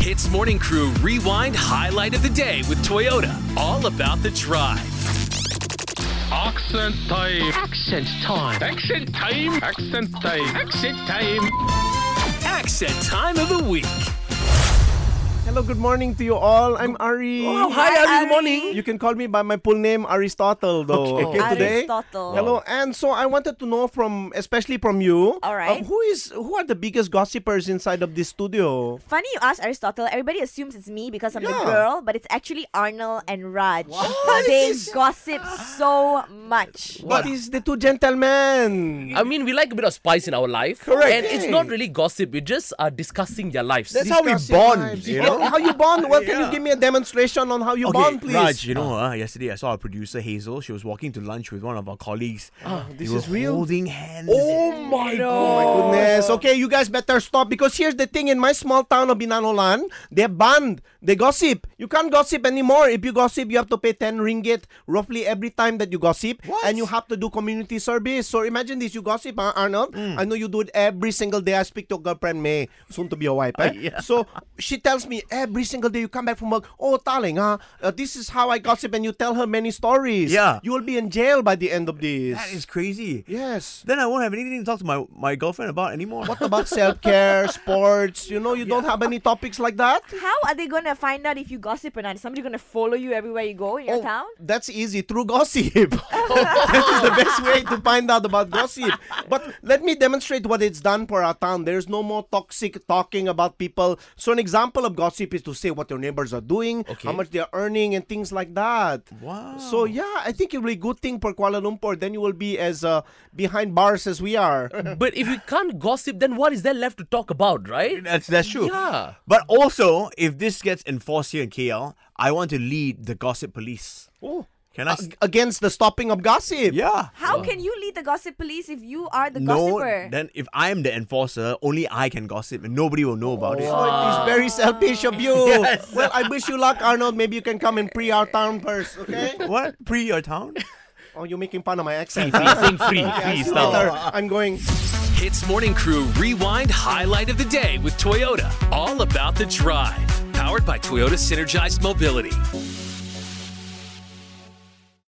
Hits Morning Crew Rewind Highlight of the Day with Toyota. All about the drive. Accent time. Accent time. Accent time. Accent time. Accent time. Accent time of the week. Hello, good morning to you all. I'm Ari. Oh, hi, Hi, Ari. Good Ari. morning. You can call me by my full name, Aristotle, though. Okay, today. Aristotle. Hello, and so I wanted to know from, especially from you, All right. um, who is who are the biggest gossipers inside of this studio? Funny you ask Aristotle. Everybody assumes it's me because I'm Yeah. the girl, but it's actually Arnold and Raj. What They is- gossip so much. What is the two gentlemen? I mean, we like a bit of spice in our life. Correct. And it's not really gossip. We just are discussing their lives. That's how we Discussing bond, lives. you know? Yeah, how you bond? Well, can you Yeah. give me a demonstration on how you Okay, bond, please? Raj, you know, uh, yesterday I saw our producer Hazel. She was walking to lunch with one of our colleagues. Ah, this they were is real? Holding hands. my god. goodness. Okay, you guys better stop because here's the thing in my small town of Binanolan, they banned, they gossip. You can't gossip anymore. If you gossip, you have to pay 10 ringgit roughly every time that you gossip. What? And you have to do community service. So imagine this you gossip, huh, Arnold. Mm. I know you do it every single day. I speak to your girlfriend May, soon to be your wife. eh? So she tells me every single day you come back from work, oh, darling, huh, uh, this is how I gossip, and you tell her many stories. Yeah. You will be in jail by the end of this. That is crazy. Yes. Then I won't have anything to talk to my, my girlfriend about anymore. What about self care, sports? You know, you don't have any topics like that? How are they gonna find out if you gossip or not? Is somebody gonna follow you everywhere you go in your town? Oh, that's easy through gossip. that is the best way to find out about gossip. But let me demonstrate what it's done for our town. There's no more toxic talking about people. So, an example of gossip is to say what your neighbors are doing, how much they are earning, and things like that. Wow. So, yeah, I think it will be a good thing for Kuala Lumpur. Then you will be as uh, behind bars as we are. But if we can't gossip, then what is there left to talk about, right? That's that's true. Yeah. But also, if this gets enforced here in KL, I want to lead the gossip police. Oh. Can I? s- Against the stopping of gossip. yeah. How can you lead the gossip police if you are the No, gossiper? then if I'm the enforcer, only I can gossip and nobody will know about it. So it is very selfish of you. Yes. Well, I wish you luck, Arnold. Maybe you can come and pre our town first, okay? What? Pre your town? Oh, you're making fun of my accent. Free, huh? sing free, Okay, free I see style. later. I'm going. Hits Morning Crew Rewind Highlight of the Day with Toyota. All about the drive. Powered by Toyota Synergized Mobility.